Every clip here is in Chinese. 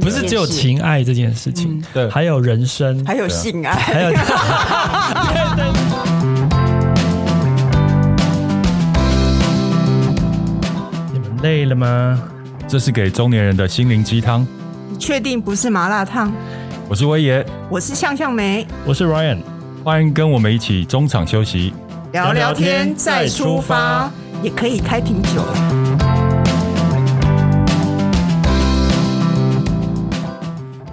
不是只有情爱这件事情，对还有人生，嗯还有性啊爱， 还有你们累了吗？这是给中年人的心灵鸡汤。确定不是麻辣烫？我是威爷，我是向向梅，我是 Ryan，欢迎跟我们一起中场休息。聊聊聊天天再再出出发发，也可以开瓶酒。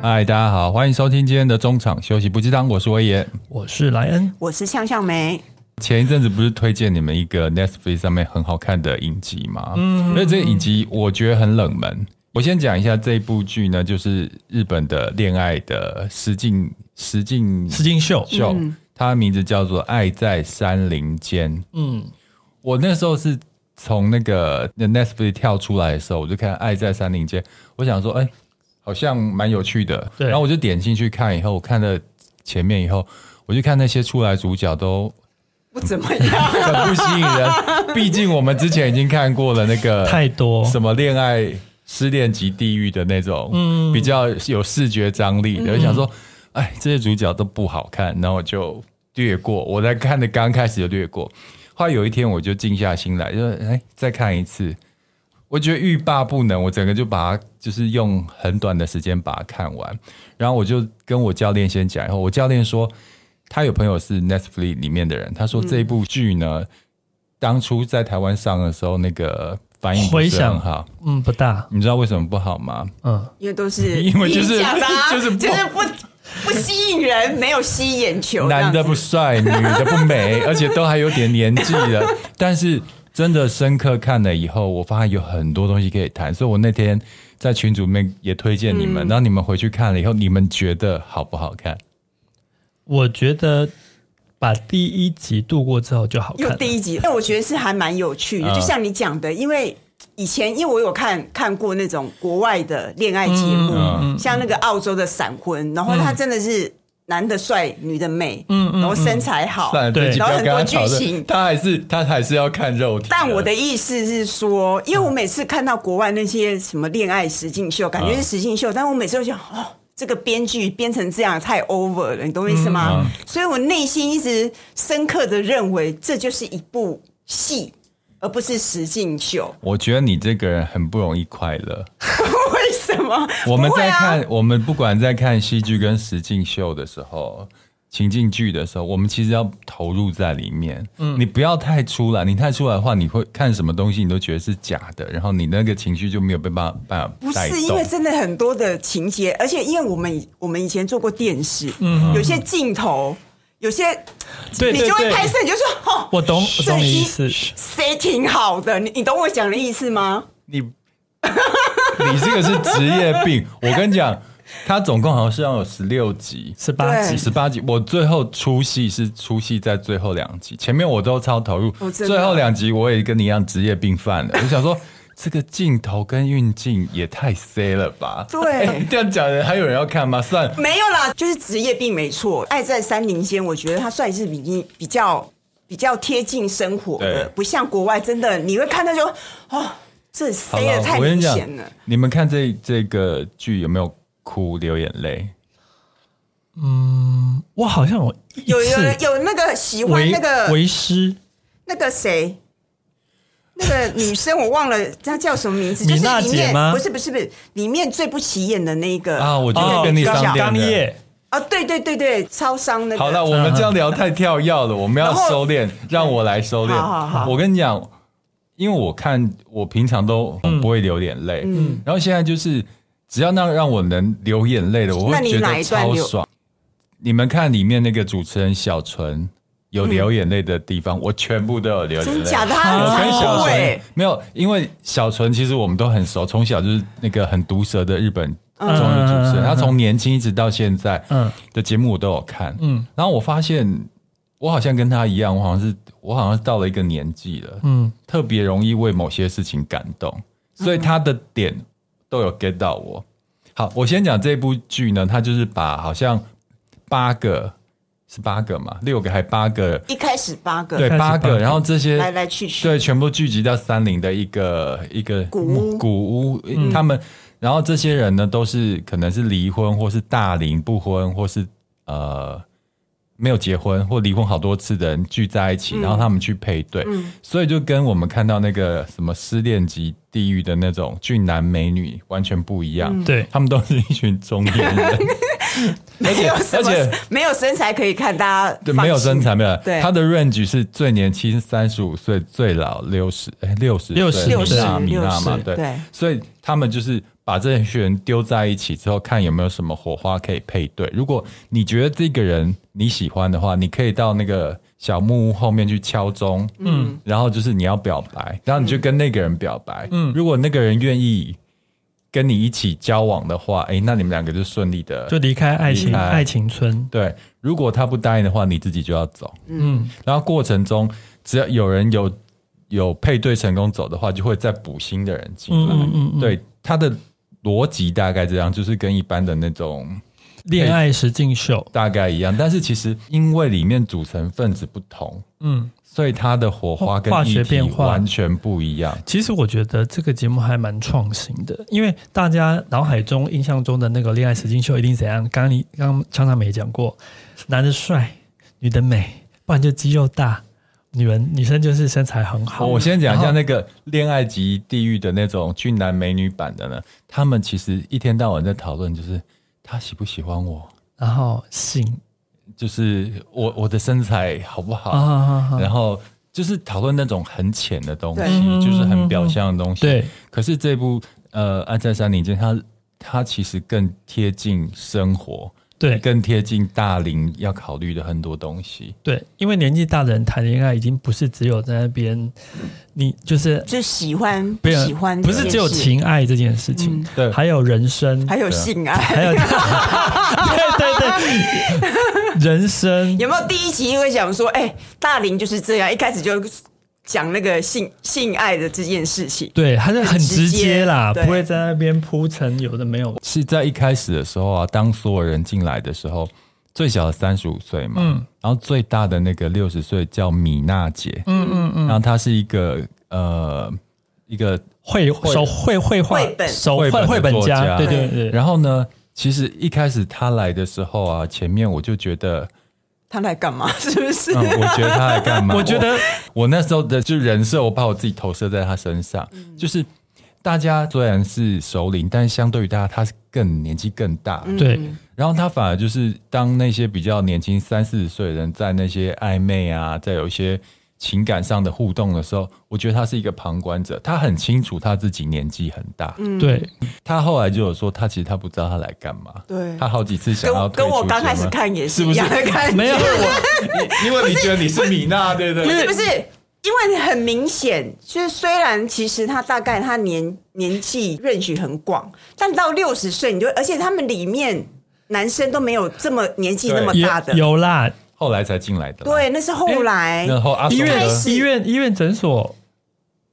嗨，大家好，欢迎收听今天的中场休息不鸡汤，我是威爷。我是莱恩。我是向向梅，前一阵子不是推荐你们一个 Netflix 上面很好看的影集吗？嗯，那这个影集我觉得很冷门。我先讲一下这部剧呢，就是日本的恋爱的实境实境石金秀，秀，它的名字叫做《爱在山林间》。嗯，我那时候是从那个 Netflix 跳出来的时候，我就看《爱在山林间》，我想说，哎、好像蛮有趣的。对然后我就点进去看，以后我看了前面以后，我就看那些出来主角都不怎么样。很不吸引人。毕竟我们之前已经看过了那个太多什么恋爱、失恋及地狱的那种，嗯，比较有视觉张力嗯的。我想说，哎，这些主角都不好看，然后我就略过。我在看的刚开始就略过，后来有一天我就静下心来，就哎再看一次。我觉得欲罢不能，我整个就把它就是用很短的时间把它看完，然后我就跟我教练先讲，以后我教练说他有朋友是 Netflix 里面的人，他说这部剧呢，当初在台湾上的时候，那个反应不回是响很好，嗯，不大，你知道为什么不好吗？嗯， 因为都是因为就是你讲的啊就是不就是不不吸引人，没有吸眼球，男的这样不子帅，女的不美，而且都还有点年纪了。 但是真的深刻看了以后，我发现有很多东西可以谈，所以我那天在群组里面也推荐你嗯们，然后你们回去看了以后，你们觉得好不好看？我觉得把第一集度过之后就好看又了。第一集，但我觉得是还蛮有趣的，嗯就像你讲的，因为。以前因为我有看看过那种国外的恋爱节目，像那个澳洲的闪婚，然后他真的是男的帅，女的美，然后身材好，算了，这集不然后要很跟多他剧讨情论，。他还是他还是要看肉体。但我的意思是说，因为我每次看到国外那些什么恋爱实境秀，感嗯觉是实境秀，但我每次都想，哦，这个编剧编成这样太 over 了，你懂我意思吗？嗯所以我内心一直深刻的认为，这就是一部戏，而不是实境秀。 我觉得你这个人很不容易快乐。为什么？我 们不会在啊看，我们不管在看戏剧跟实境秀的时候，情境剧的时候，我们其实要投入在里面。嗯，你不要太出来，你太出来的话，你会看什么东西，你都觉得是假的，然后你那个情绪就没有被办法办不法带是动。因为真的很多的情节，而且因为我们以我们以前做过电视，有些镜头，有些嗯对你对就会对拍摄，你就说哦，我懂，我这懂你一意思。谁挺好的，你你懂我讲的意思吗？你 你这个是职业病。我跟你讲，它总共好像是要有十六集，十八对集十八集，我最后出戏是出戏在最后两集，前面我都超投入，哦真的最后两集我也跟你一样职业病犯 了。我想说，这个镜头跟运镜也太 C 了吧？对哎 这样讲的还有人要看吗？算了，没有啦，就是职业病没错。爱在山林间，我觉得它算是比你比较比较贴近生活的对，不像国外真的你会看到就哦，这好塞了的，太我跟明你讲显了。，你们看这这个剧有没有哭流眼泪？我好像有一有有次有那个喜欢为那个为师那个谁。那个女生我忘了，她叫什么名字？就米是娜里姐面吗不是不是不是，里面最不起眼的那一个哦啊我觉得那个跟你女商角量刚业，啊，对对对对，超伤那个。好了，我们这样聊太跳跃了，我们要然后收敛，让我来收敛。好好好我跟你讲，因为我看我平常都不会流眼泪，嗯，然后现在就是只要让让我能流眼泪的，我那会你觉哪得一段超流爽。你们看里面那个主持人小纯有流眼泪的地方，我全部都有流眼嗯真泪。假的，她我跟很小常哭纯哎，没有，因为小纯其实我们都很熟，从小就是那个很毒舌的日本综艺主持嗯人，他从年轻一直到现在，嗯的节目我都有看，嗯嗯，然后我发现我好像跟他一样，我好像是我好像到了一个年纪了，嗯，特别容易为某些事情感动，所以他的点都有 get 到我。好，我先讲这部剧呢，它就是把好像八个是八个嘛，六个还八个，一开始八个，对，开始八八个，个然后这些来来去去，对，全部聚集到山林的一个一个嗯古屋嗯古屋，他们。然后这些人呢，都是可能是离婚，或是大龄不婚，或是呃没有结婚或离婚好多次的人聚在一嗯起，然后他们去配对，所以就跟我们看到那个什么失恋级地狱的那种俊男美女完全不一嗯样。对他们都是一群中年人，而 没且有什而么且没有身材可以看，大家对，放没有心身材，没有。对他的 range 是最年轻三十五岁，最老六十，哎，六十， 60米娜60啊米娜嘛60，对。对所以他们就是把这些人丢在一起之后，看有没有什么火花可以配对。如果你觉得这个人你喜欢的话，你可以到那个小木屋后面去敲钟，嗯，然后就是你要表白，然后你就跟那个人表白，嗯，如果那个人愿意跟你一起交往的话，哎，那你们两个就顺利的就离开爱离情开爱情村，对，如果他不答应的话，你自己就要走。嗯，然后过程中只要有人有有配对成功走的话，就会再补新的人进来。嗯嗯嗯对，他的逻辑大概这样，就是跟一般的那种恋爱实境秀，大概一样，但是其实因为里面组成分子不同，嗯。所以它的火花跟化议学题变化完全不一样。其实我觉得这个节目还蛮创新的，因为大家脑海中印象中的那个恋爱实境秀一定怎样？刚刚你刚刚常常没讲过，男的帅，女的美，不然就肌肉大，女人女生就是身材很好。哦我先讲一然下后那个恋爱级地狱的那种俊男美女版的呢，他们其实一天到晚在讨论，就是他喜不喜欢我。然后性就是我我的身材好不好，啊啊啊然后就是讨论那种很浅的东对西，就是很表象的东西。嗯对，可是这部呃《暗在山林间》，它它其实更贴近生活，对更贴近大龄要考虑的很多东西。对，因为年纪大的人谈恋爱已经不是只有在那边，你就是就喜欢不不喜欢这不件事，嗯是只有情爱这件事情，对还有人生，还有对啊性爱。还有 对对对，人生 有没有第一集会讲说，哎、大龄就是这样，一开始就讲那个性性爱的这件事情，对，还是很直接啦，很直接对不会在那边铺陈有的没有。是在一开始的时候啊，当所有人进来的时候，最小的三十五岁嘛，嗯然后最大的那个六十岁叫米娜姐，嗯嗯嗯，然后她是一个呃一个绘手绘绘画绘本手绘绘本绘本的作家，家对对对，然后呢，其实一开始他来的时候啊，前面我就觉得，他来干嘛？ 是不是？嗯， 我觉得他来干嘛？我觉得我我那时候的就人设，我把我自己投射在他身上，就是大家虽然是首领，但是相对于他，他是更年纪更大，嗯对然后他反而就是当那些比较年轻三四十岁的人在那些暧昧啊，在有一些情感上的互动的时候，我觉得他是一个旁观者，他很清楚他自己年纪很大，嗯对，他后来就有说，他其实他不知道他来干嘛。对他好几次想要跟退跟出我刚开始节目看也是一不是样？的感觉，没有因为你觉得你是米娜，对不不对？是不是，因为很明显，就是虽然其实他大概他年年纪 range 很广，但到六十岁你就，而且他们里面男生都没有这么年纪那么有大的，有啦，后来才进来的。，对，那是后来哦然后阿医松院开呢始医院医院诊所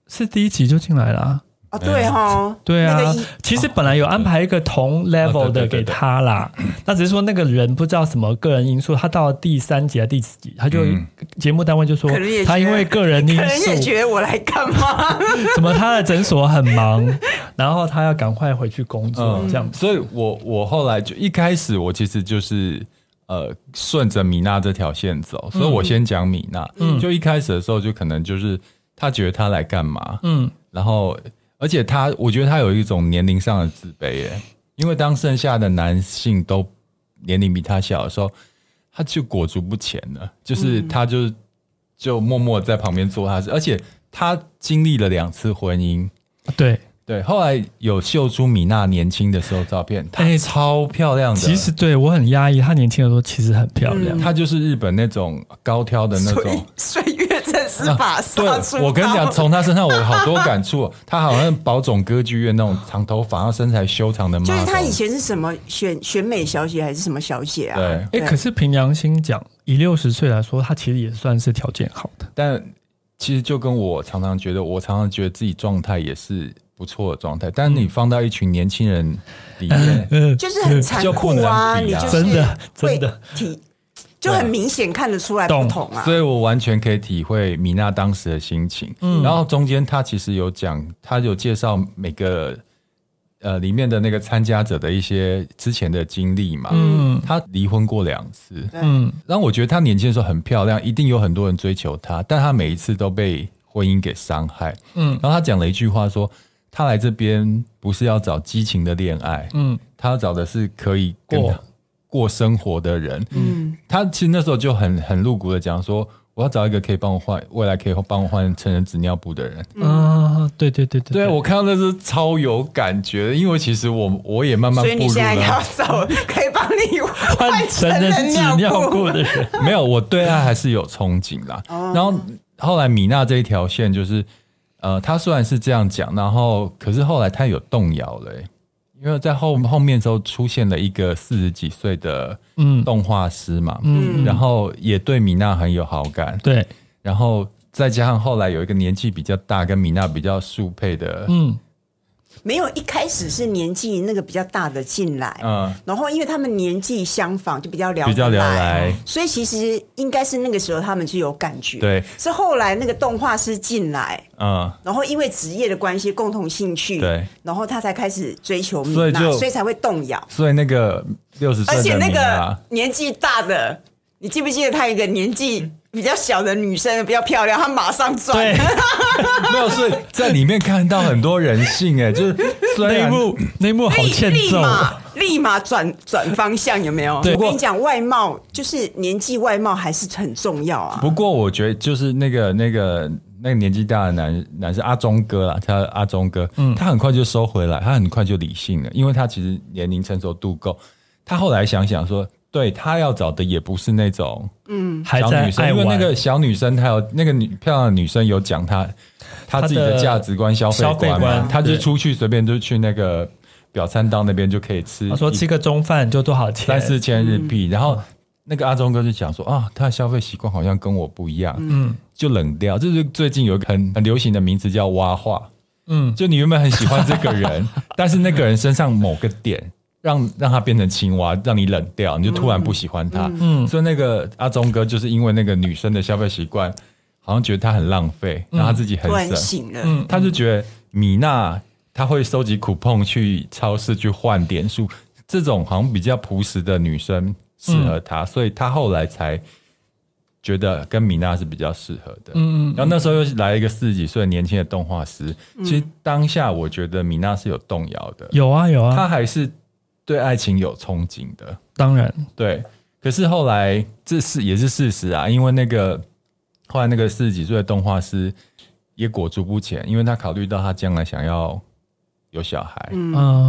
是第一集就进来了啊。哎哦，对哦，对啊那个一，其实本来有安排一个同 level 哦对对的对给他啦，那只是说那个人不知道什么个人因素，他到了第三集还是第四集，他就嗯节目单位就说可能也觉得他因为个人因可能也素，觉得我来干嘛？ 什么他的诊所很忙， 然后他要赶快回去工作嗯，这样子。所以我我后来就一开始我其实就是呃顺着米娜这条线走，所以我先讲米娜。嗯就一开始的时候就可能就是他觉得他来干嘛，嗯，然后而且他我觉得他有一种年龄上的自卑耶，因为当剩下的男性都年龄比他小的时候，他就裹足不前了，就是他就、就默默在旁边做他的事，而且他经历了两次婚姻。对，对，后来有秀出米娜年轻的时候照片，她哎超漂亮的。其实对我很压抑，他年轻的时候其实很漂亮，她就是日本那种高挑的 那所以种。岁月真是把对杀出、，我跟你讲，，从她身上我好多感触哦。她好像宝冢歌剧院那种长头发，然后身材修长的妈。就是她以前是什么选选美小姐还是什么小姐啊？对，哎，对可是凭良心讲，以六十岁来说，他其实也算是条件好的。但其实就跟我常常觉得，我常常觉得自己状态也是不错的状态，但你放到一群年轻人 里面，嗯， 就是很残就不酷能啊！你比就啊是真的会真的体，就很明显看得出来不懂同啊。所以我完全可以体会米娜当时的心情。然后中间她其实有讲，她有介绍每个呃里面的那个参加者的一些之前的经历嘛。嗯她离婚过两次，嗯然后我觉得她年轻的时候很漂亮，一定有很多人追求她，但她每一次都被婚姻给伤害。嗯然后她讲了一句话说：“她来这边不是要找激情的恋爱，嗯她要找的是可以跟过她过生活的人。”嗯，她其实那时候就很很露骨的讲说：“我要找一个可以帮我换未来可以帮我换成人纸尿布的人。”啊，对对对对 对，我看到那是超有感觉的，因为其实我我也慢慢所步以你入现在要了，找 可以帮你换换成成人人纸尿尿布。裤的人， 没有，我对他还是有憧憬啦。哦然后后来米娜这一条线就是，呃，他虽然是这样讲，然后可是后来他有动摇了欸、因为在后后面之后出现了一个四十几岁的嗯动画师嘛，嗯，然后也对米娜很有好感，对，然后再加上后来有一个年纪比较大跟米娜比较速配的，嗯没有，一开始是年纪那个比较大的进来，嗯，然后因为他们年纪相仿，就比较聊比较得聊来，来，所以其实应该是那个时候他们就有感觉。，对，是后来那个动画师进来，嗯。然后因为职业的关系、共同兴趣，对，然后他才开始追求米所以娜，就所以才会动摇。所以那个六十岁而且的那米个娜，年纪大的，你记不记得她有一个年纪比较小的女生比较漂亮，她马上转对， 没有，所以在里面看到很多人性、哎，就是虽那一然幕那一幕好立欠立揍，啊马立马转转方向，有没有？对我跟你讲，外貌就是年纪，外貌还是很重要啊。不过我觉得就是那个那个那个年纪大的男男生阿忠哥啦，他阿忠哥，嗯他很快就收回来，他很快就理性了，因为他其实年龄成熟度够。他后来想想说，对他要找的也不是那种还小在女生，爱因为那玩个小女生她有那个女漂亮的女生有讲她她自己她的的价值观、消费消费观观嘛，她就对出去随便就去那个表参道那边就可以吃一，他说吃个中饭就多少钱？三四千日币，然后那个阿忠哥就讲说啊，他的消费习惯好像跟我不一样，嗯，就冷掉。这就是最近有一个很很流行的名词叫蛙化，嗯，就你原本很喜欢这个 人，但是那个人身上某个点让让他变成青蛙，让你冷掉，你就突然不喜欢他。嗯嗯，所以那个阿忠哥就是因为那个女生的消费习惯，好像觉得他很浪费，然后他自己很突然省，醒了，嗯他就觉得米娜她会收集 coupon 去超市去换点数，这种好像比较朴实的女生适合嗯她，所以她后来才觉得跟米娜是比较适合的。嗯嗯嗯然后那时候又来一个四十几岁年轻的动画师，其实当下我觉得米娜是有动摇的，有啊有啊，她还是对爱情有憧憬的。当然，对，可是后来这是也是事实啊，因为那个后来那个四十几岁的动画师也裹足不前，因为他考虑到他将来想要有小孩。可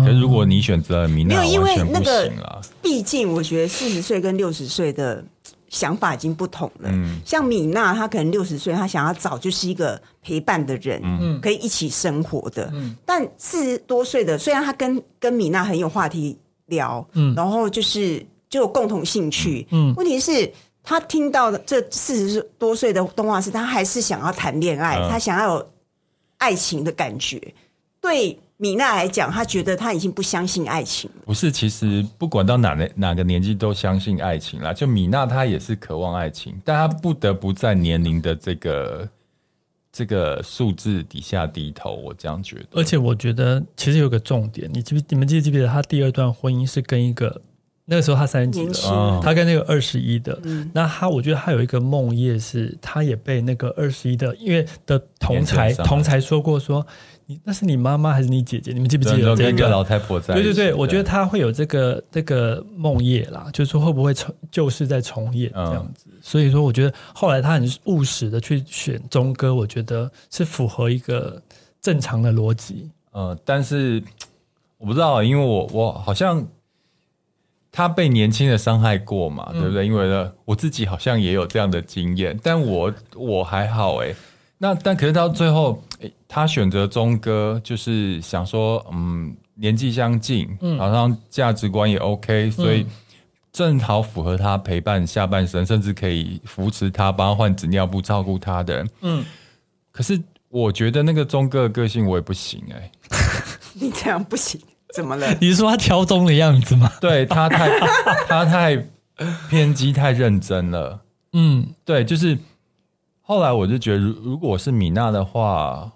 是嗯，如果你选择了米没娜，有因为完全不那个行了。毕竟我觉得四十岁跟六十岁的想法已经不同了。嗯像米娜，她可能六十岁，她想要找就是一个陪伴的人，嗯可以一起生活的。嗯但四十多岁的，虽然她跟跟米娜很有话题聊，嗯然后就是就有共同兴趣，嗯问题是。她听到的这四十多岁的动画师，她还是想要谈恋爱，嗯她想要有爱情的感觉。对米娜来讲，她觉得她已经不相信爱情了。不是，其实不管到哪哪个年纪都相信爱情啦。就米娜她也是渴望爱情，但她不得不在年龄的这个这个数字底下低头。我这样觉得。而且我觉得其实有个重点，你记不你们记不记得他第二段婚姻是跟一个那个时候他三十几年了，轻嗯嗯他跟那个二十一的，那他我觉得他有一个梦夜是，他也被那个二十一的，因为的同才连线上同才说过说，你那是你妈妈还是你姐姐？你们记不记对得跟这一个个？老太婆在一对起对的，对，我觉得他会有这个这个梦夜啦，就是说会不会重就是在重演这样子。所以说，我觉得后来他很务实的去选钟哥，我觉得是符合一个正常的逻辑。呃，但是我不知道，啊因为我我好像他被年轻的伤害过嘛，对不对？因为呢，我自己好像也有这样的经验，但我我还好诶、那但可是到最后，诶他选择钟哥，就是想说，嗯，年纪相近，好像价值观也 OK，所以正好符合他陪伴下半生，甚至可以扶持他，帮他换纸尿布，照顾他的人。嗯，可是我觉得那个钟哥的个性我也不行欸诶、 你这样不行，怎么了？你是说他挑中的样子吗？ 对他太他太偏激太认真了。嗯对，就是后来我就觉得，如如果我是米娜的话，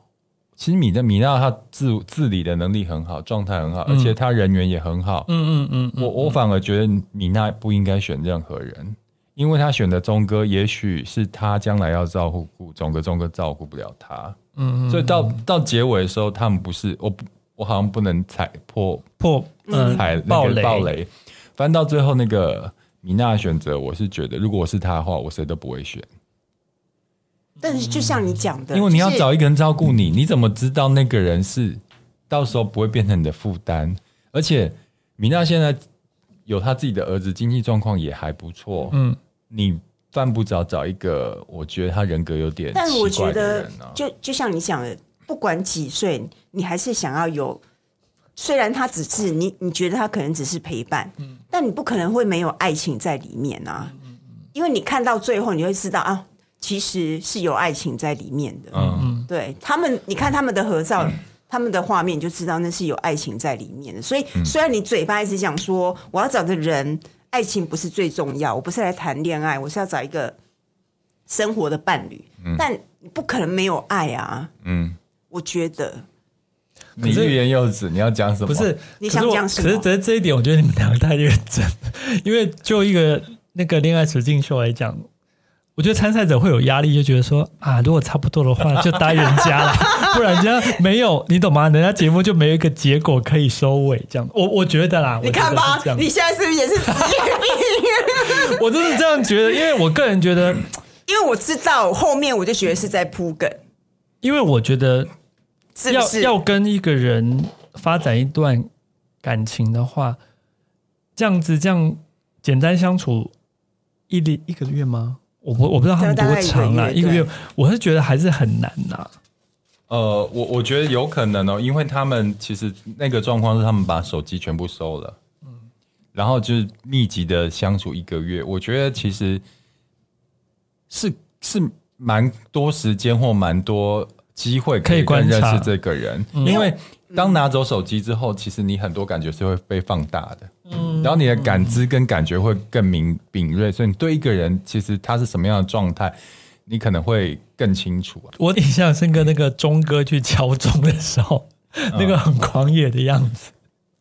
其实米的米娜她自自理的能力很好，状态很好，而且她人缘也很好。嗯嗯嗯嗯嗯，我我反而觉得米娜不应该选任何人，因为她选的钟哥，也许是她将来要照顾钟哥，钟哥照顾不了她。嗯，所以到到结尾的时候，他们不是我不我好像不能踩破破嗯踩那暴个雷暴雷，反正到最后那个米娜的选择，我是觉得如果我是她的话，我谁都不会选。但是就像你讲的，因为你要就是找一个人照顾你，你怎么知道那个人是到时候不会变成你的负担？而且米娜现在有她自己的儿子，经济状况也还不错。嗯嗯，你犯不着找一个我觉得他人格有点但我奇觉怪的得人啊。就就像你讲的，不管几岁，你还是想要有。虽然他只是你，你觉得他可能只是陪伴，嗯但你不可能会没有爱情在里面啊，嗯因为你看到最后，你会知道啊，其实是有爱情在里面的。嗯，对他们，你看他们的合照，他们的画面，你就知道那是有爱情在里面的。所以，嗯虽然你嘴巴一直讲说我要找的人，爱情不是最重要，我不是来谈恋爱，我是要找一个生活的伴侣，嗯但你不可能没有爱啊。嗯，我觉得你欲言又止，你要讲什么？不是，你可是想我讲什么可是这这一点，我觉得你们两个太认真，因为就一个那个恋爱实境秀来讲，我觉得参赛者会有压力，就觉得说啊，如果差不多的话，就答应人家了， 不然人家没有，你懂吗？人家节目就没有一个结果可以收尾，这样，我我觉得啦，你看吧我觉得是这，样你现在是不是也是职业病？我真是这样觉得，因为我个人觉得，因为我知道后面我就觉得是在铺梗，因为我觉得是不要是？要跟一个人发展一段感情的话，这样子这样简单相处一里一个月吗？我不我不知道他们大多概一个长啊，月一个对月，我是觉得还是很难呐、呃，我我觉得有可能哦，因为他们其实那个状况是他们把手机全部收了，嗯然后就是密集的相处一个月，我觉得其实是是蛮多时间或蛮多机会可以以更观认察嗯识这个人，因为当拿走手机之后，其实你很多感觉是会被放大的，嗯，然后你的感知跟感觉会更敏敏锐，所以你对一个人其实他是什么样的状态，你可能会更清楚啊。我印象深刻，那个钟哥去敲钟的时候，那个很狂野的样子。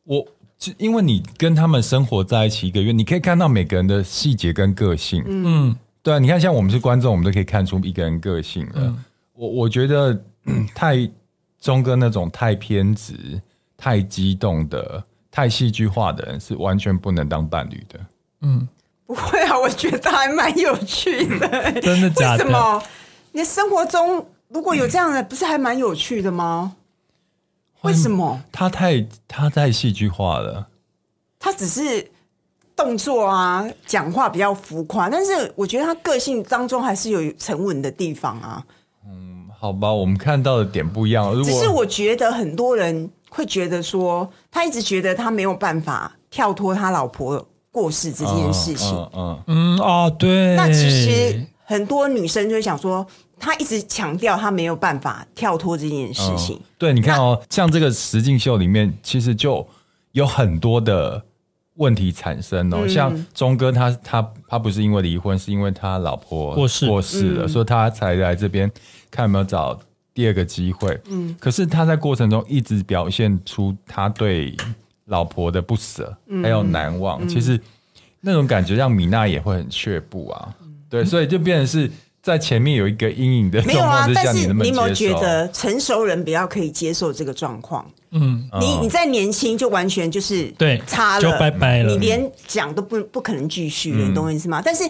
我就因为你跟他们生活在一起一个月，你可以看到每个人的细节跟个性。嗯，对啊，你看像我们是观众，我们都可以看出一个人个性了。嗯我我觉得 嗯太钟哥那种太偏执、太激动的、太戏剧化的人，是完全不能当伴侣的。不会啊，我觉得还蛮有趣的。 真的假的为什么？你生活中如果有这样的，不是还蛮有趣的吗？为什么？他太他太戏剧化了。他只是动作啊，讲话比较浮夸，但是我觉得他个性当中还是有沉稳的地方啊。好吧，我们看到的点不一样。如只是果我觉得很多人会觉得说，他一直觉得他没有办法跳脱他老婆过世这件事情。嗯哎嗯嗯嗯哦，对。那其实很多女生就会想说，她一直强调她没有办法跳脱这件事情嗯。对，你看哦，像这个实境秀里面，其实就有很多的问题产生嗯哦。像钟哥他他他不是因为离婚，是因为他老婆过世过世嗯了，所以他才来这边看有没有找第二个机会。嗯，可是他在过程中一直表现出他对老婆的不舍，嗯还有难忘。其实那种感觉让米娜也会很却步啊。对，所以就变成是。在前面有一个阴影的没有状况啊之，下，但是能不你能有没有接觉受？得成熟人比较可以接受这个状况？嗯，你嗯你在年轻就完全就是对差了，就拜拜了你连讲都不不可能继续了，你懂我意思嗯吗？但是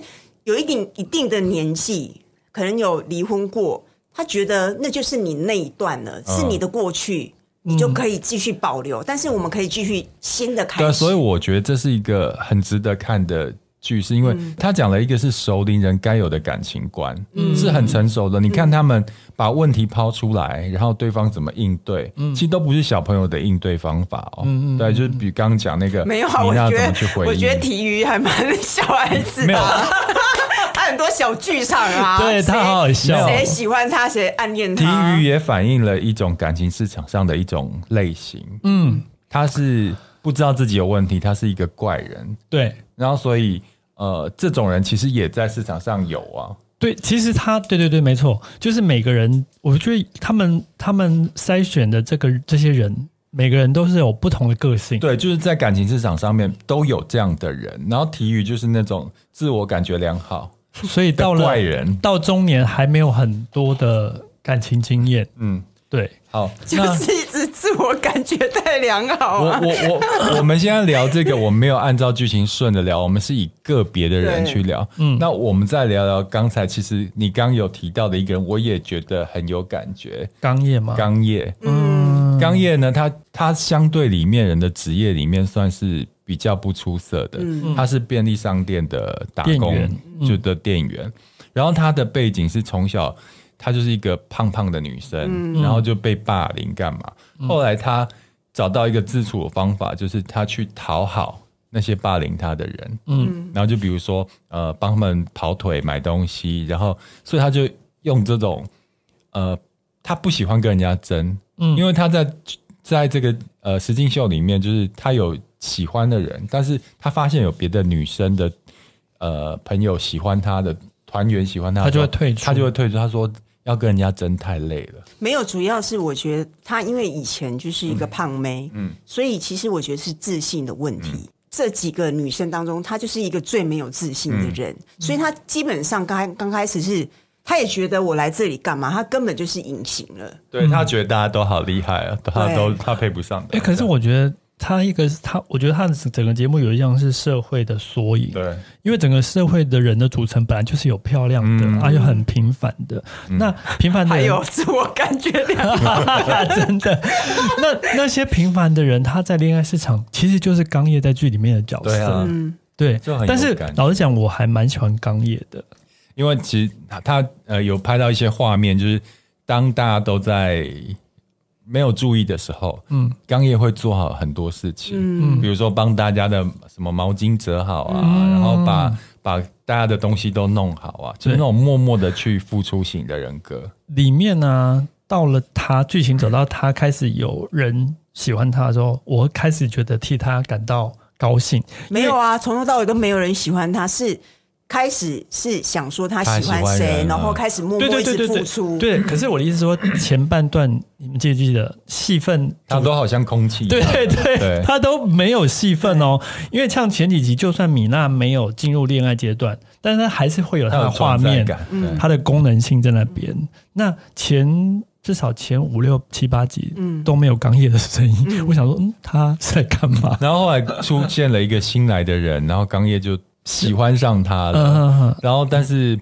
有一定一定的年纪，可能有离婚过，他觉得那就是你那一段了，是嗯你的过去，嗯你就可以继续保留。但是我们可以继续新的开对啊，始，所以我觉得这是一个很值得看的剧，是因为他讲了一个是熟龄人该有的感情观，是很成熟的。你看他们把问题抛出来，然后对方怎么应对，其实都不是小朋友的应对方法哦。对，就是比刚刚讲那 个没有啊，米我娜觉怎么得去回应，我觉得体育还蛮小孩子的没有啊、 他很多小剧场啊，对他谁好好笑谁喜欢他，谁暗恋体他，育也反映了一种感情市场上的一种类型。嗯，他是不知道自己有问题，他是一个怪人，对，然后所以呃，这种人其实也在市场上有啊，对，其实他对对对，没错，就是每个人，我觉得他们他们筛选的这个这些人，每个人都是有不同的个性。对，就是在感情市场上面都有这样的人，然后体育就是那种自我感觉良好所以的到了怪人。到中年还没有很多的感情经验，嗯，对，好， 就那是一直自我感觉太良好我啊。我我，我们现在聊这个，我们没有按照剧情顺着聊，我们是以个别的人去聊。嗯，那我们再聊聊刚才，其实你刚有提到的一个人，我也觉得很有感觉，刚业嘛，刚业。嗯，刚业呢，他他相对里面人的职业里面算是比较不出色的，他是便利商店的打店工员，就的店员。然后他的背景是从小，她就是一个胖胖的女生，然后就被霸凌干嘛？后来她找到一个自处的方法，就是她去讨好那些霸凌她的人，嗯，然后就比如说呃，帮他们跑腿买东西，然后所以她就用这种呃，她不喜欢跟人家争，嗯因为她在在这个呃实境秀里面，就是她有喜欢的人，但是她发现有别的女生的呃朋友喜欢她的团员喜欢她的她时就候，会退出她就会退出。她说要跟人家争太累了，没有，主要是我觉得她因为以前就是一个胖妹，嗯，所以其实我觉得是自信的问题。这几个女生当中，她就是一个最没有自信的人，所以她基本上刚刚开始是，她也觉得我来这里干嘛？她根本就是隐形了。对她觉得大家都好厉害啊，她对都她配不上的。哎、可是我觉得他一个他，我觉得他的整个节目有一样是社会的缩影，对因为整个社会的人的组成本来就是有漂亮的，嗯而且很平凡的。那平凡的还人，有自我感觉良好， 真的，那那些平凡的人，他在恋爱市场其实就是刚业在剧里面的角色。对啊，对就很有但是感老实讲，我还蛮喜欢刚业的。因为其实他他呃有拍到一些画面，就是当大家都在没有注意的时候，嗯，刚也会做好很多事情，嗯，比如说帮大家的什么毛巾折好啊，嗯然后把把大家的东西都弄好啊，就是那种默默的去付出型的人格，里面呢、到了他剧情走到他开始有人喜欢他的时候，我开始觉得替他感到高兴。没有啊，从头到尾都没有人喜欢她，是开始是想说她喜她喜欢欢谁人，啊然后开始默对默对一对直对付对，出。对。可是我的意思是说，前半段你们记不记得戏份他都好像空气一 样，对对对对，他都没有戏份哦。因为像前几集，就算米娜没有进入恋爱阶段，但是她还是会有她他的有画存在面，嗯感，对它的功能性在那边。那前至少前五六七八集，嗯都没有刚叶的声音。我想说，嗯，他是在干嘛？然后后来出现了一个新来的人，然后刚业就喜欢上他了，嗯、然后，但是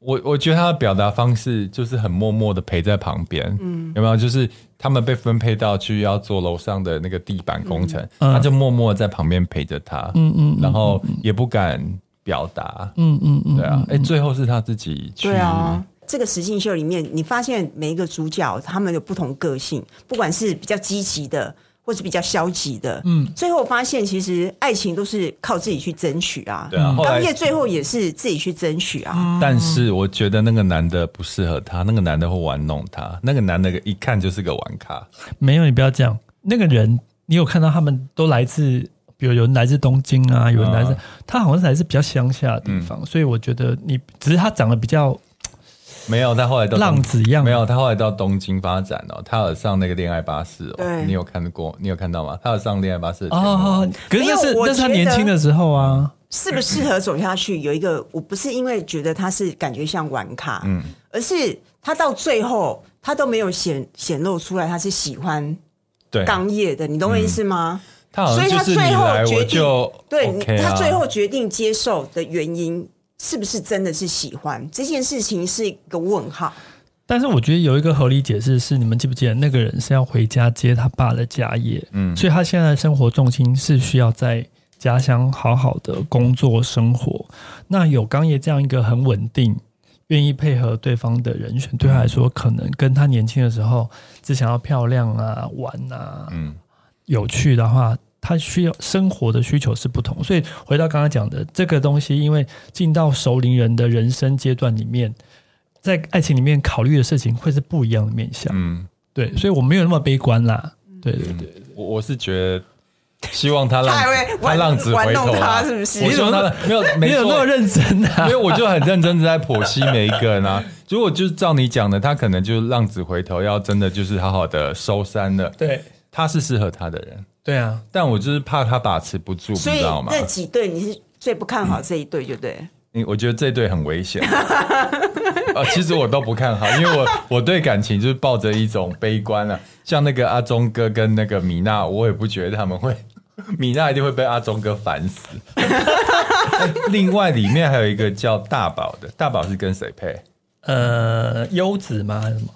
我我觉得他的表达方式就是很默默的陪在旁边，嗯，有没有？就是他们被分配到去要做楼上的那个地板工程，嗯他就默默地在旁边陪着他，嗯嗯，然后也不敢表达，嗯嗯嗯，对啊，哎，最后是他自己去，对啊，这个实境秀里面，你发现每一个主角他们有不同个性，不管是比较积极的，或是比较消极的，嗯，最后发现其实爱情都是靠自己去争取啊。对啊，后刚来业，最后也是自己去争取啊，但是我觉得那个男的不适合他，那个男的会玩弄他，那个男的一看就是个玩咖，没有，你不要这样。那个人，你有看到他们都来自，比如有人来自东京啊，有人来自，啊他好像是来自比较乡下的地方，嗯所以我觉得你只是他长得比较没有，他后来到浪子样，没有，他后来到东京发展哦，他有上那个恋爱巴士哦，对你有看过？你有看到吗？他有上恋爱巴士的节目哦，可是那没是有我那是他觉得年轻的时候啊，适不适合走下去有一个，我不是因为觉得他是感觉像玩咖，嗯，而是他到最后他都没有显显露出来他是喜欢对，刚业的，你懂我意思吗？他好所像以就他是你最后来决我定就对、嗯 OK 啊他最后决定接受的原因，是不是真的是喜欢这件事情是一个问号？但是我觉得有一个合理解释是，你们记不记得那个人是要回家接他爸的家业，嗯，所以他现在的生活重心是需要在家乡好好的工作生活。那有刚爷这样一个很稳定、愿意配合对方的人选，对他来说，可能跟他年轻的时候只想要漂亮啊、玩啊、嗯有趣的话，他需要生活的需求是不同。所以回到刚刚讲的这个东西，因为进到熟龄人的人生阶段里面，在爱情里面考虑的事情会是不一样的面向。嗯，对，所以我没有那么悲观啦。对对对，我我是觉得希望他浪他还会他玩浪子回头玩弄啊，他是不是我希望他没有你没有那么错，认真啊 因？为我就很认真的在剖析每一个人啊。如果就是照你讲的，他可能就是浪子回头，要真的就是好好的收山了。对他是适合他的人，对啊，但我就是怕他把持不住，你所以知道吗？这几对你是最不看好这一对，就对了。你我觉得这对很危险。 呃，其实我都不看好，因为我我对感情就是抱着一种悲观啊。像那个阿忠哥跟那个米娜，我也不觉得他们会，米娜一定会被阿忠哥烦死。 另外，里面还有一个叫大宝的，大宝是跟谁配？呃，优子吗？还是什么？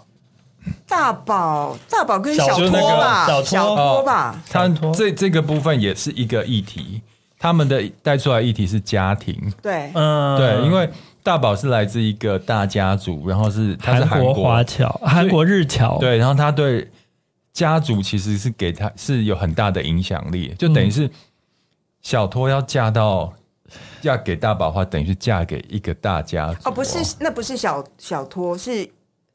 大宝，大宝跟小小就是托那个吧，小小托托吧，他小托这这个部分也是一个议题，他们的带出来议题是家庭。对，嗯，对，因为大宝是来自一个大家族，然后是他是韩韩国华侨、韩国日侨，对，然后他对家族其实是给他是有很大的影响力，就等于是小托要嫁到嫁给大宝的话，等于是嫁给一个大家族哦，不是，那不是小小托，是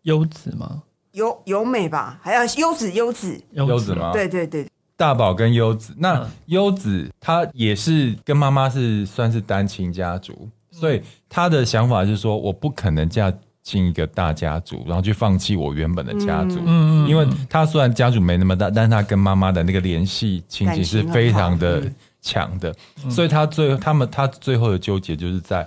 优子吗？由由美吧，还有优子优子，优子？吗？，对对对，大宝跟优子，那嗯优子她也是跟妈妈是算是单亲家族，所以她的想法是说，我不可能嫁。进一个大家族，然后去放弃我原本的家族，嗯嗯嗯因为她虽然家族没那么大，但她跟妈妈的那个联系情感景是情很非常好的嗯强的，所以她最他们她最后的纠结就是在，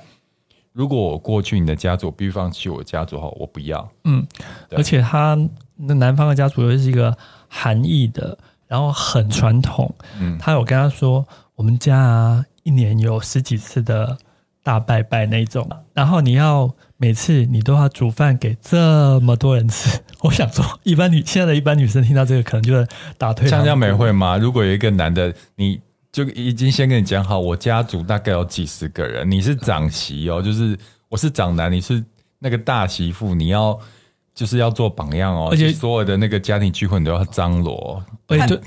如果我过去你的家族，我必须放弃我的家族后，我不要，嗯，对而且他那男方的家族又是一个韩裔的，然后很传统。嗯他有跟他说，我们家啊，一年有十几次的大拜拜那种，然后你要每次你都要煮饭给这么多人吃。 我想说，一般女现在的一般女生听到这个，可能就会打退堂像鼓这样美会吗？如果有一个男的，你就已经先跟你讲好，我家族大概有几十个人，你是长媳哦，就是我是长男，你是那个大媳妇，你要就是要做榜样哦，而且就所有的那个家庭聚会你都要张罗。而且就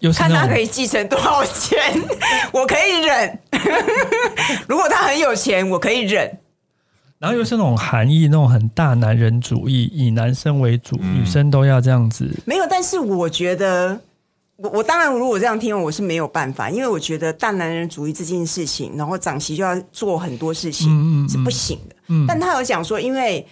又是看那他可种以继承多少钱， 我可以忍。 如果他很有钱，我可以忍。然后又是那种韩裔那种很大男人主义，以男生为主，嗯女生都要这样子。没有，但是我觉得，我我当然如果这样听，我是没有办法，因为我觉得大男人主义这件事情，然后长媳就要做很多事嗯情，是不行的。但他有讲说，因为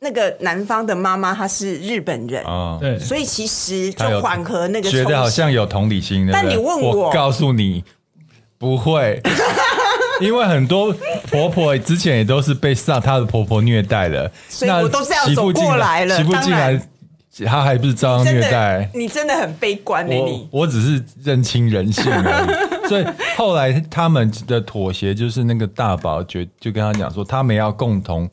那个男方的妈妈她是日本人，啊、对，所以其实他有就缓和那个觉冲得好突。像有同理心，对不但对你问我，我告诉你不会， 因为很多婆婆之前也都是被上她的婆婆虐待的，所以那我都这样媳走妇进过来了媳妇进当来然，她还不是照样真虐的待，？你真的很悲观呢、我你我只是认清人性 而已。所以后来他们的妥协就是那个大宝就就跟他讲说，他们要共同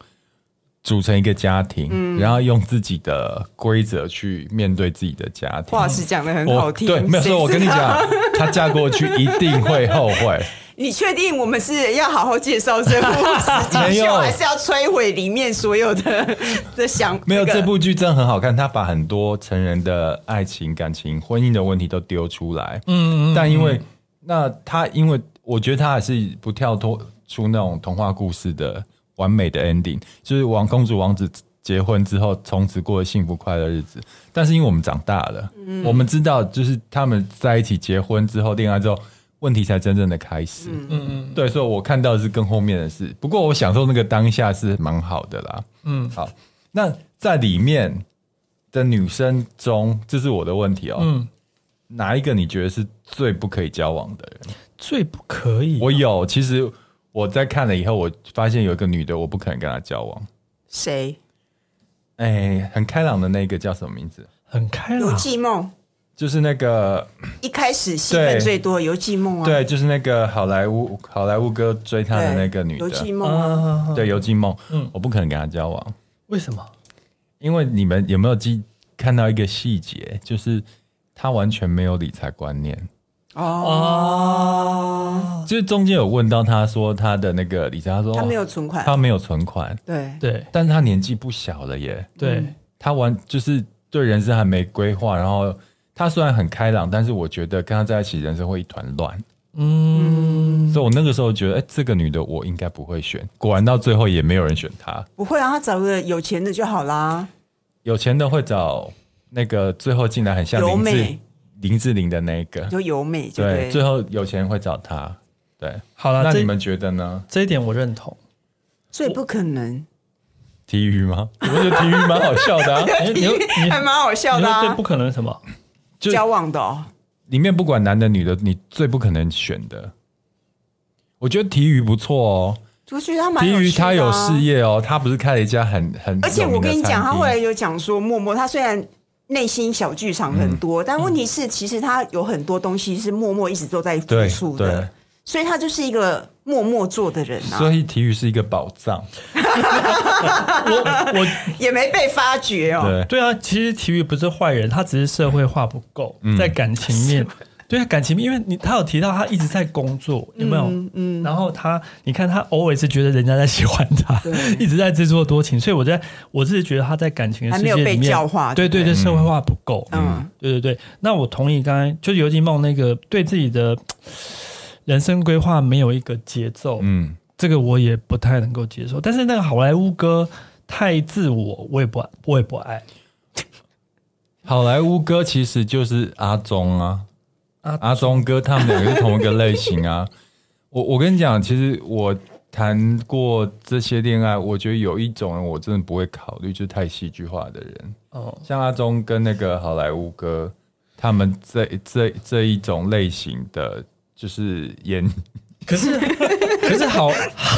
组成一个家庭，嗯然后用自己的规则去面对自己的家庭。话是讲的很好听，对，没有谁说，我跟你知道讲，她嫁过去一定会后悔。你确定我们是要好好介绍这部 实没境有秀，还是要摧毁里面所有的的想？没有那个这部剧真的很好看，他把很多成人的爱情、感情、婚姻的问题都丢出来。嗯但因为那他，因为我觉得他还是不跳脱出那种童话故事的完美的 ending，就是王公主、王子结婚之后，从此过着幸福快乐日子。但是因为我们长大了，我们知道，就是他们在一起结婚之后，恋爱之后，问题才真正的开始。嗯对，所以我看到的是更后面的事。不过我享受那个当下是蛮好的啦。嗯好，那在里面的女生中，这是我的问题哦。嗯，哪一个你觉得是最不可以交往的人？最不可以。我有，其实我在看了以后，我发现有一个女的，我不可能跟她交往。谁？哎，很开朗的那个叫什么名字？很开啊游朗，记梦就是那个，一开始戏份对最多，游记梦啊，对，就是那个好莱坞好莱坞哥追她的那嗯个女游记的，梦啊，啊，对，游记梦。嗯我不可能跟她交往。为什么？因为你们有没有记看到一个细节，就是他完全没有理财观念，哦啊哦，就是中间有问到他说他的那个理财，他说哦他没有存款，他没有存款，对，对但是他年纪不小了耶，对，他完就是对人生还没规划，然后他虽然很开朗，但是我觉得跟他在一起人生会一团乱，嗯，所以我那个时候觉得，哎、这个女的我应该不会选，果然到最后也没有人选她，不会啊，他找个有钱的就好啦。有钱的会找那个最后进来很像柔林志美林志玲的那一个，就由美就对，对，啊最后有钱人会找他。对，好了，那这你们觉得呢？这一点我认同。所以不可能，体育吗？我觉得体育蛮好笑的、啊，你你你 还蛮好笑你的、说最啊不。可能什么？就交往的、哦，里面不管男的女的，你最不可能选的。我觉得体育不错哦，我觉得他蛮体有育趣的啊他有事业哦，他不是开了一家很很，而且我跟你讲，他后会来有讲说，默默他虽然内心小剧场很嗯多，但问题是，其实他有很多东西是默默一直都在付对出对的，，所以他就是一个默默做的人啊，所以体育是一个宝藏，我我也没被发觉哦。对，对啊，其实体育不是坏人，他只是社会化不够，在感情面。对啊，感情面，因为你他有提到他一直在工作，有没有？嗯，然后他，你看他偶尔是觉得人家在喜欢他， 一直在自作多情，所以我在我自己觉得他在感情的还世没界有里面，被教化对对对，社会化不够，嗯，对对对。那我同意刚才就是尤金梦那个对自己的人生规划没有一个节奏，嗯，这个我也不太能够接受。但是那个好莱坞歌太自我，我也不我也不爱。好莱坞哥其实就是阿忠啊，阿阿忠哥他们两个是同一个类型啊。 我我跟你讲，其实我谈过这些恋爱，我觉得有一种人我真的不会考虑，就是太戏剧化的人，哦，像阿忠跟那个好莱坞哥，他们这这这一种类型的，就是演 可是可是好，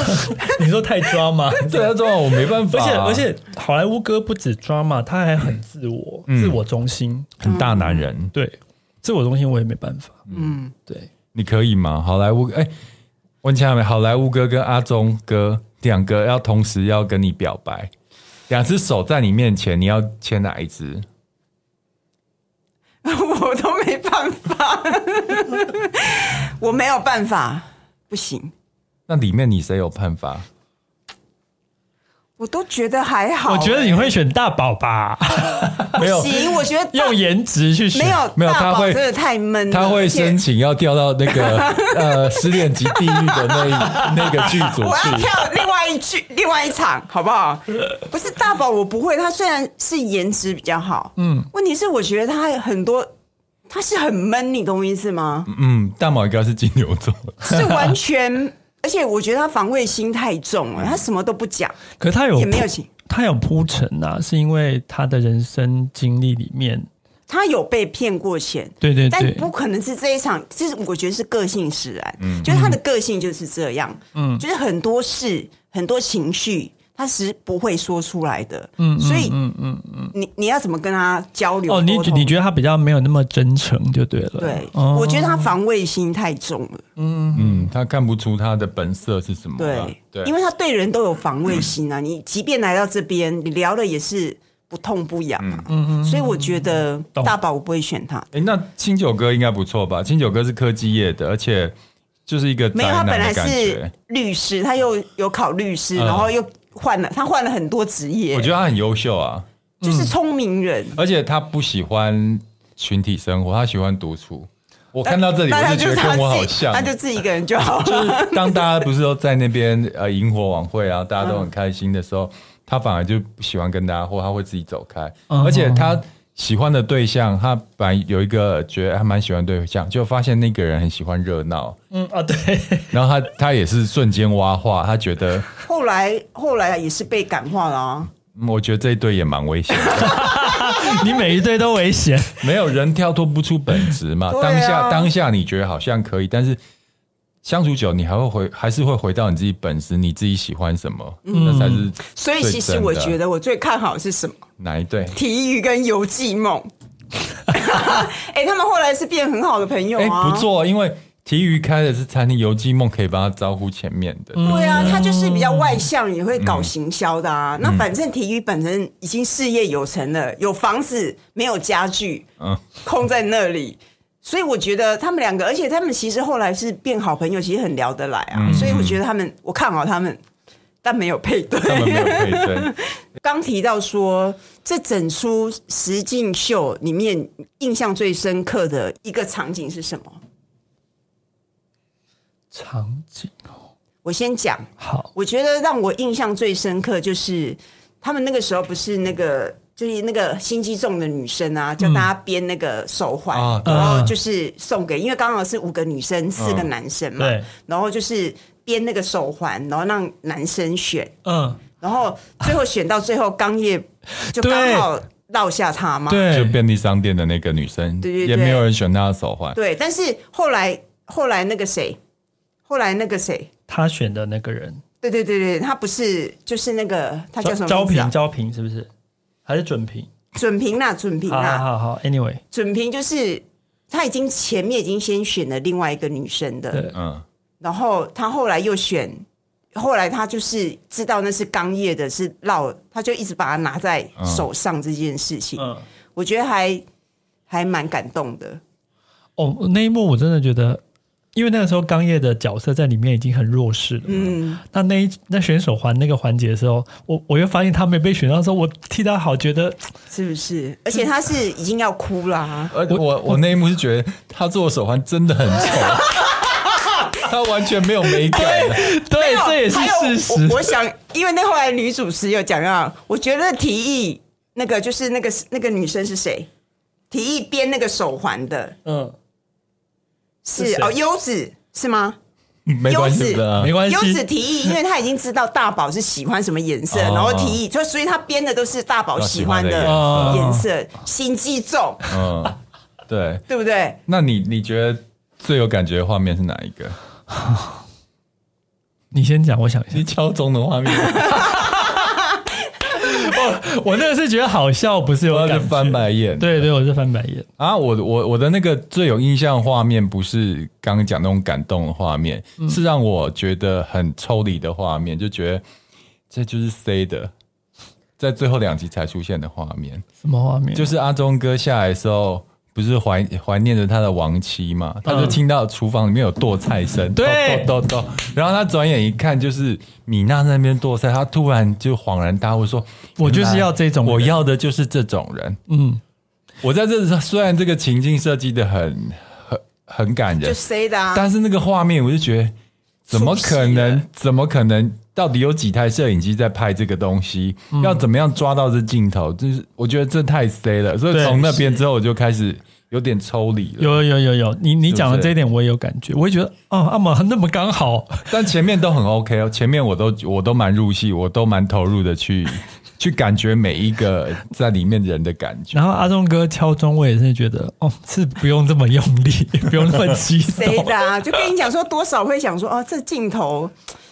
你说太抓嘛？对阿忠啊，我没办法而且啊、而且好莱坞哥不止抓嘛，他还很自我，嗯自我中心。很大男人，对，自我中心我也没办法。嗯，对，你可以吗？好莱坞，哎、问一下没？好莱坞哥跟阿忠哥两个要同时要跟你表白，两只手在你面前，你要牵哪一只？ 我都没办法， 我没有办法，不行，那里面你谁有办法？我都觉得还好。我觉得你会选大 宝吧，没有，行，我觉得大用颜值去选。没有没有大他宝会真的太嗯闷了，他会而且申请要调到那 个呃失恋及地狱的那一那个剧组我要去。跳另外一句， 另外一场，好不好？不是大宝，我不会。他虽然是颜值比较好，嗯，问题是我觉得他很多，他是很闷，你懂我意思吗？嗯，大毛应该是金牛座，是完全， 而且我觉得他防卫心太重了，他什么都不讲，可是他有也没有铺情他有铺陈呐，是因为他的人生经历里面，他有被骗过钱。对对但对，不可能是这一场，这是我觉得是个性使然，就是他的个性就是这样，嗯，就是很多事、很多情绪，他是不会说出来的，嗯，所以，嗯嗯嗯，你你要怎么跟他交流？哦，你沟觉通你觉得他比较没有那么真诚就对了。对，哦我觉得他防卫心太重了，嗯，他看不出他的本色是什么啊。对，对，因为他对人都有防卫心啊，你即便来到这边，你聊的也是不痛不痒啊，嗯嗯，所以我觉得懂大宝我不会选他，哎、那清酒哥应该不错吧？清酒哥是科技业的，而且就是一个没有，他宅本男来的感是觉。律师，他又有考律师，嗯然后又换了，他换了很多职业，我觉得他很优秀啊，就是聪明人。而且他不喜欢群体生活，他喜欢独处。我看到这里，我那他就觉是得他跟我好自己，像啊他。就自己一个人就好了。 就是当大家不是都在那边呃萤火晚会啊，大家都很开心的时候，他反而就不喜欢跟大家，或他会自己走开。嗯而且他喜欢的对象，他本来有一个觉得还蛮喜欢的对象，就发现那个人很喜欢热闹，嗯啊，对， 然后他他也是瞬间挖话，他觉得。 后来后来也是被感化了啊。嗯我觉得这一对也蛮危险的，你每一对都危险。没有人跳脱不出本质嘛。对啊当下当下你觉得好像可以，但是相处久，你还会回，还是会回到你自己本质，你自己喜欢什么，嗯那才是所以其实最真的我觉得我最看好的是什么？哪一对。体育跟游记梦。 哎、他们后来是变很好的朋友哎、啊。不。错，因为体育开的是餐厅，游记梦可以帮他招呼前面的。对啊，他就是比较外向，也会搞行销的嗯啊。那反正体育本身已经事业有成了，有房子，没有家具，嗯，空在那里。所以我觉得他们两个，而且他们其实后来是变好朋友，其实很聊得来啊。嗯所以我觉得他们，我看好他们，但没有配对。他们没有配对， 刚提到说，这整出实境秀里面印象最深刻的一个场景是什么？场景哦，我先讲，好，我觉得让我印象最深刻就是他们那个时候不是那个就是那个心机重的女生啊，叫大家编那个手环，啊然后嗯就是送给，因为刚好是五个女生，四个男生嘛，对然后就是编那个手环，然后让男生选，嗯，然后最后选到最后，刚业就 对刚好落下他嘛，对，就便利商店的那个女生，对对对也没有人选她的手环。对，但是后来后来那个谁，后来那个谁，他选的那个人，对对对对，他不是就是那个他叫什么招名字啊平？招平是不是？还是准平？准平啦，准啊平好好啦，好好，Anyway，准平就是他已经前面已经先选了另外一个女生的，对，嗯，然后他后来又选，后来他就是知道那是刚叶的，是绕，他就一直把它拿在手上这件事情，嗯，我觉得还还蛮感动的。哦，那一幕我真的觉得，因为那个时候刚业的角色在里面已经很弱势了，嗯，那那一那选手环那个环节的时候，我我又发现他没被选到的时候，我替他 好觉得，是不是？而且他是已经要哭啊啦、而我我那一幕是觉得她做的手环真的很丑， 她完全没有美感。没对有，这也是还有事实我。我想，因为那后来女主持有讲到，我觉得提议那个就是那个那个女生是谁？提议编那个手环的嗯，是是谁哦，优子是吗？没关系的，没关系优子提议，因为她已经知道大宝是喜欢什么颜色，哦然后提议，就所以她编的都是大宝喜欢喜欢的哦，颜色，心机重，嗯，对。对不对？那你你觉得最有感觉的画面是哪一个？ 你先讲，我想一下你。敲钟的画面，我那个是觉得好笑，不是有我要感是觉翻。白眼。对对，我是翻白眼。啊，我我我的那个最有印象的画面，不是刚刚讲那种感动的画面，是让我觉得很抽离的画面，就觉得这就是 C 的，在最后两集才出现的画面，什么画面？啊就是是阿忠哥下来的时候。不是怀怀念着他的亡妻嘛？他就听到厨房里面有剁菜声，嗯对剁剁剁剁。然后他转眼一看，就是米娜在那边剁菜，他突然就恍然大悟，说：“我就是原来要这种人我要的就是这种人。”嗯，我在这时候虽然这个情境设计的很很很感就人，谁的啊？但是那个画面我就觉得，怎么可出能戏了？怎么可能？到底有几台摄影机在拍这个东西？嗯要怎么样抓到这镜头？就是我觉得这太 C 了，所以对从那边之后我就开始有点抽离了。有有有有，你你讲的这一点我也有感觉，我也觉得哦，阿玛那么刚好，但前面都很 OK 哦，前面我都我都蛮入戏，我都蛮投入的去去感觉每一个在里面人的感觉。然后阿忠哥敲钟，我也是觉得哦，是不用这么用力， 不用那么激谁动。的啊？就跟你讲说，多少会想说，哦，这镜头，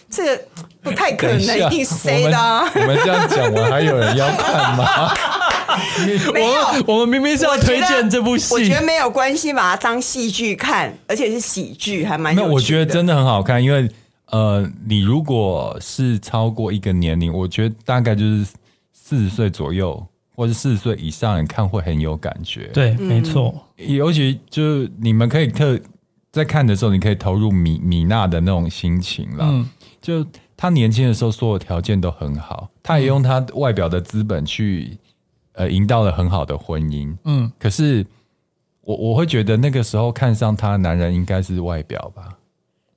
这不太可等一能，下，一定是谁的啊？我们？我们这样讲完，还有人要看吗？没有，我们明明是要我觉推得荐这部我戏觉得，没有关系，把它当戏剧看，而且是喜剧，还蛮有那趣我觉得的真的很好看，因为呃，你如果是超过一个年龄，我觉得大概就是四十岁左右，或者四十岁以上，你看会很有感觉。，对，没错，尤其就是你们可以特在看的时候，你可以投入米米娜的那种心情啦。嗯就她年轻的时候，所有条件都很好，她也用她外表的资本去呃营造了很好的婚姻。嗯，可是我我会觉得那个时候看上她的男人应该是外表吧。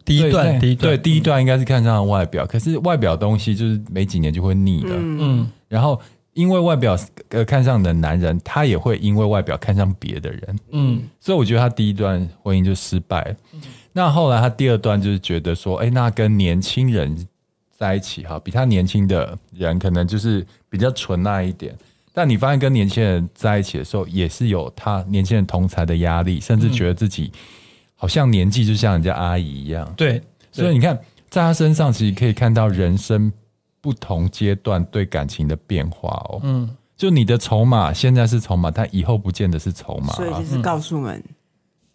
第一段对第一段，对第一段应该是看上了外表，可是外表东西就是没几年就会腻的。嗯，然后因为外表呃看上的男人，他也会因为外表看上别的人，嗯所以我觉得他第一段婚姻就失败了。那后来他第二段就是觉得说，哎，那跟年轻人在一起哈，比他年轻的人可能就是比较纯爱一点。但你发现跟年轻人在一起的时候，也是有他年轻人同才的压力，嗯甚至觉得自己好像年纪就像人家阿姨一样。对，所以你看，在他身上其实可以看到人生不同阶段对感情的变化哦。嗯就你的筹码现在是筹码，但以后不见得是筹码、所以啊就。是告诉我们，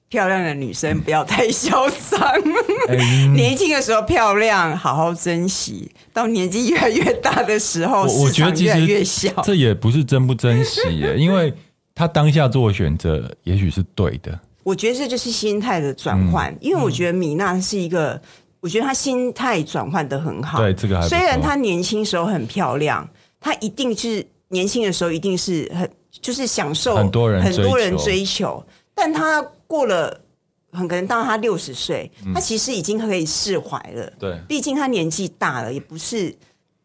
漂亮的女生不要太嚣张，嗯哎 年轻的时候漂亮，好好珍惜；到年纪越来越大的时候，我我市觉得场其越来实越小。这也不是珍不珍惜耶，因为他当下做的选择也许是对的。我觉得这就是心态的转嗯换，因为我觉得米娜是一个，我觉得她心态转换的很好。对这个还不错虽然她年轻时候很漂亮，她一定是年轻的时候一定是很就是享受很多人很多追人求追求，但她过了很可能到她六十岁，嗯她其实已经可以释怀了。对毕竟她年纪嗯大了，也不是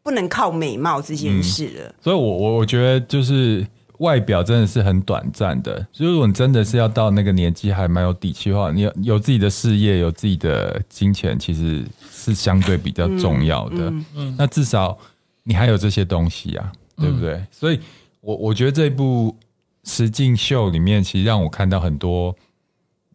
不能靠美貌这件事了。所以我我我觉得就是外表真的是很短暂的。如果你真的是要到那个年纪还蛮有底气的话，你有有自己的事业，有自己的金钱，其实是相对比较重要的。嗯，那至少你还有这些东西啊，对不对？所以我我觉得这部实境秀里面，其实让我看到很多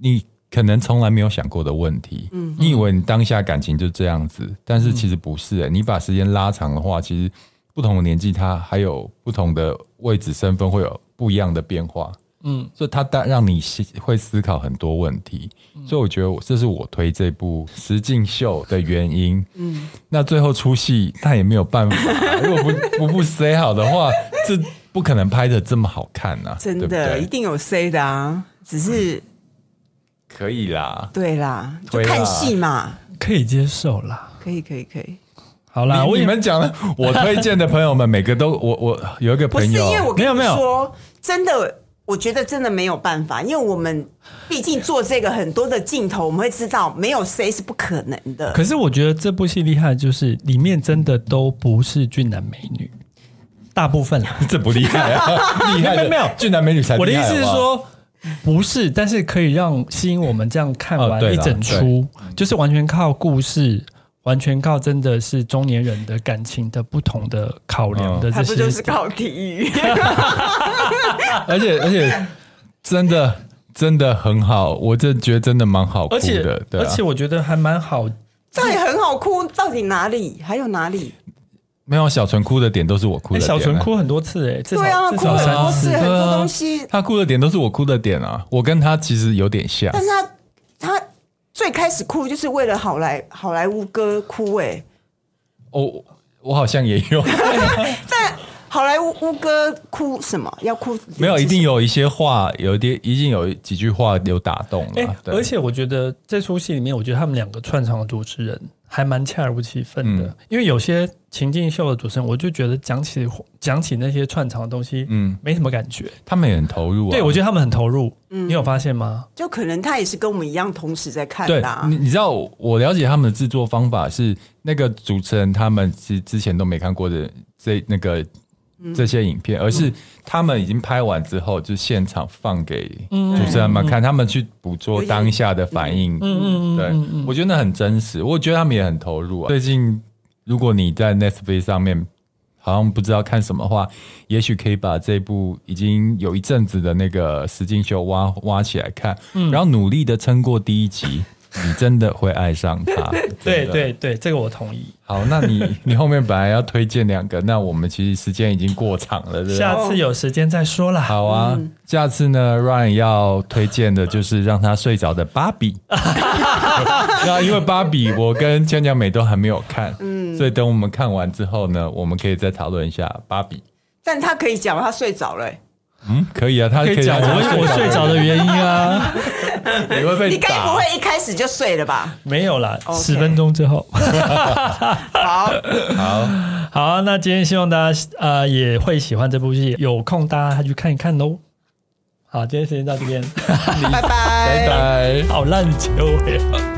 你可能从来没有想过的问题。嗯，你以为你当下感情就这样子，但嗯是其实不是、欸。你把时间拉长的话，其实不同的年纪，它还有不同的位置、身份，会有不一样的变化。嗯，所以它带让你思会思考很多问题。嗯所以我觉得我这是我推这部实境秀的原因。嗯，那最后出戏，那也没有办法、啊 如果不不不塞好的话，这不可能拍的这么好看呐、啊，真对不的对一定有 C 的啊，只是可以啦。对啦，就推啦看戏嘛，可以接受啦。可以可以可以，好啦，你啊 我你也们 讲的，我推荐的朋友们，每个都我我有一个不是朋因友，为我跟没有你没有说，真的，我觉得真的没有办法，因为我们毕竟做这个很多的镜头，我们会知道没有谁是不可能的。可是我觉得这部戏厉害，就是里面真的都不是俊男美女，大部分 啦。 这不厉害 啊，厉害没有没有俊男美女才我的厉意害思是好不好，说，不是，但是可以让吸引我们这样看哦完对一啦整出，就是完全靠故事，完全靠真的是中年人的感情的不同的考量嗯的他这不就些是靠体育？而且而且真的真的很好，我这觉得真的蛮好哭而且的，对而啊且我觉得还蛮好，到底很好哭，到底哪里？还有哪里？没有小纯哭的点都是我哭哎，的点啊，小纯哭很多次哎，至对啊，少至哭少了很三多次次，，对啊很多东西，他哭的点都是我哭的点啊，我跟他其实有点像但，是他他最开始哭就是为了好莱好莱坞哥哭哎、我我好像也 有，但好莱坞乌哥哭什么？要哭没有一定有一些话，有一点一定有几句话有打动哎、了，对而且我觉得这出戏里面，我觉得他们两个串场的主持人还蛮恰如其分的，嗯因为有些情境秀的主持人，我就觉得讲起讲起那些串场的东西，嗯，没什么感觉。他们也很投入啊，对，我觉得他们很投入，嗯你有发现吗？就可能他也是跟我们一样同时在看啊对啦、，你你知道我了解他们的制作方法是那个主持人他们其实之前都没看过的这那个这些影片，而是他们已经拍完之后就现场放给主持人们看，他们去捕捉当下的反应。嗯嗯，对，我觉得那很真实，我觉得他们也很投入啊。最近如果你在 Netflix 上面。好像不知道看什么的话，也许可以把这部已经有一阵子的那个实境秀挖挖起来看，然后努力的撑过第一集，你真的会爱上 它。对真的。对对，这个我同意。好，那你你后面本来要推荐两个，那我们其实时间已经过场了，对不对？下次有时间再说啦。好啊，嗯下次呢，Ryan 要推荐的就是让他睡着的 芭比。那因为芭比，我跟江江美都还没有看，嗯，所以等我们看完之后呢，我们可以再讨论一下芭比。但他可以讲他睡着了、欸嗯，可以啊，他可可以以讲让他我我 睡着的原因啊，你会你被该打不。会一开始就睡了吧？没有啦， OK 十分钟之后。 好，好啊，那今天希望大家呃也会喜欢这部戏，有空大家去看一看喽。好，今天时间到这边，拜拜拜拜。好烂结尾啊。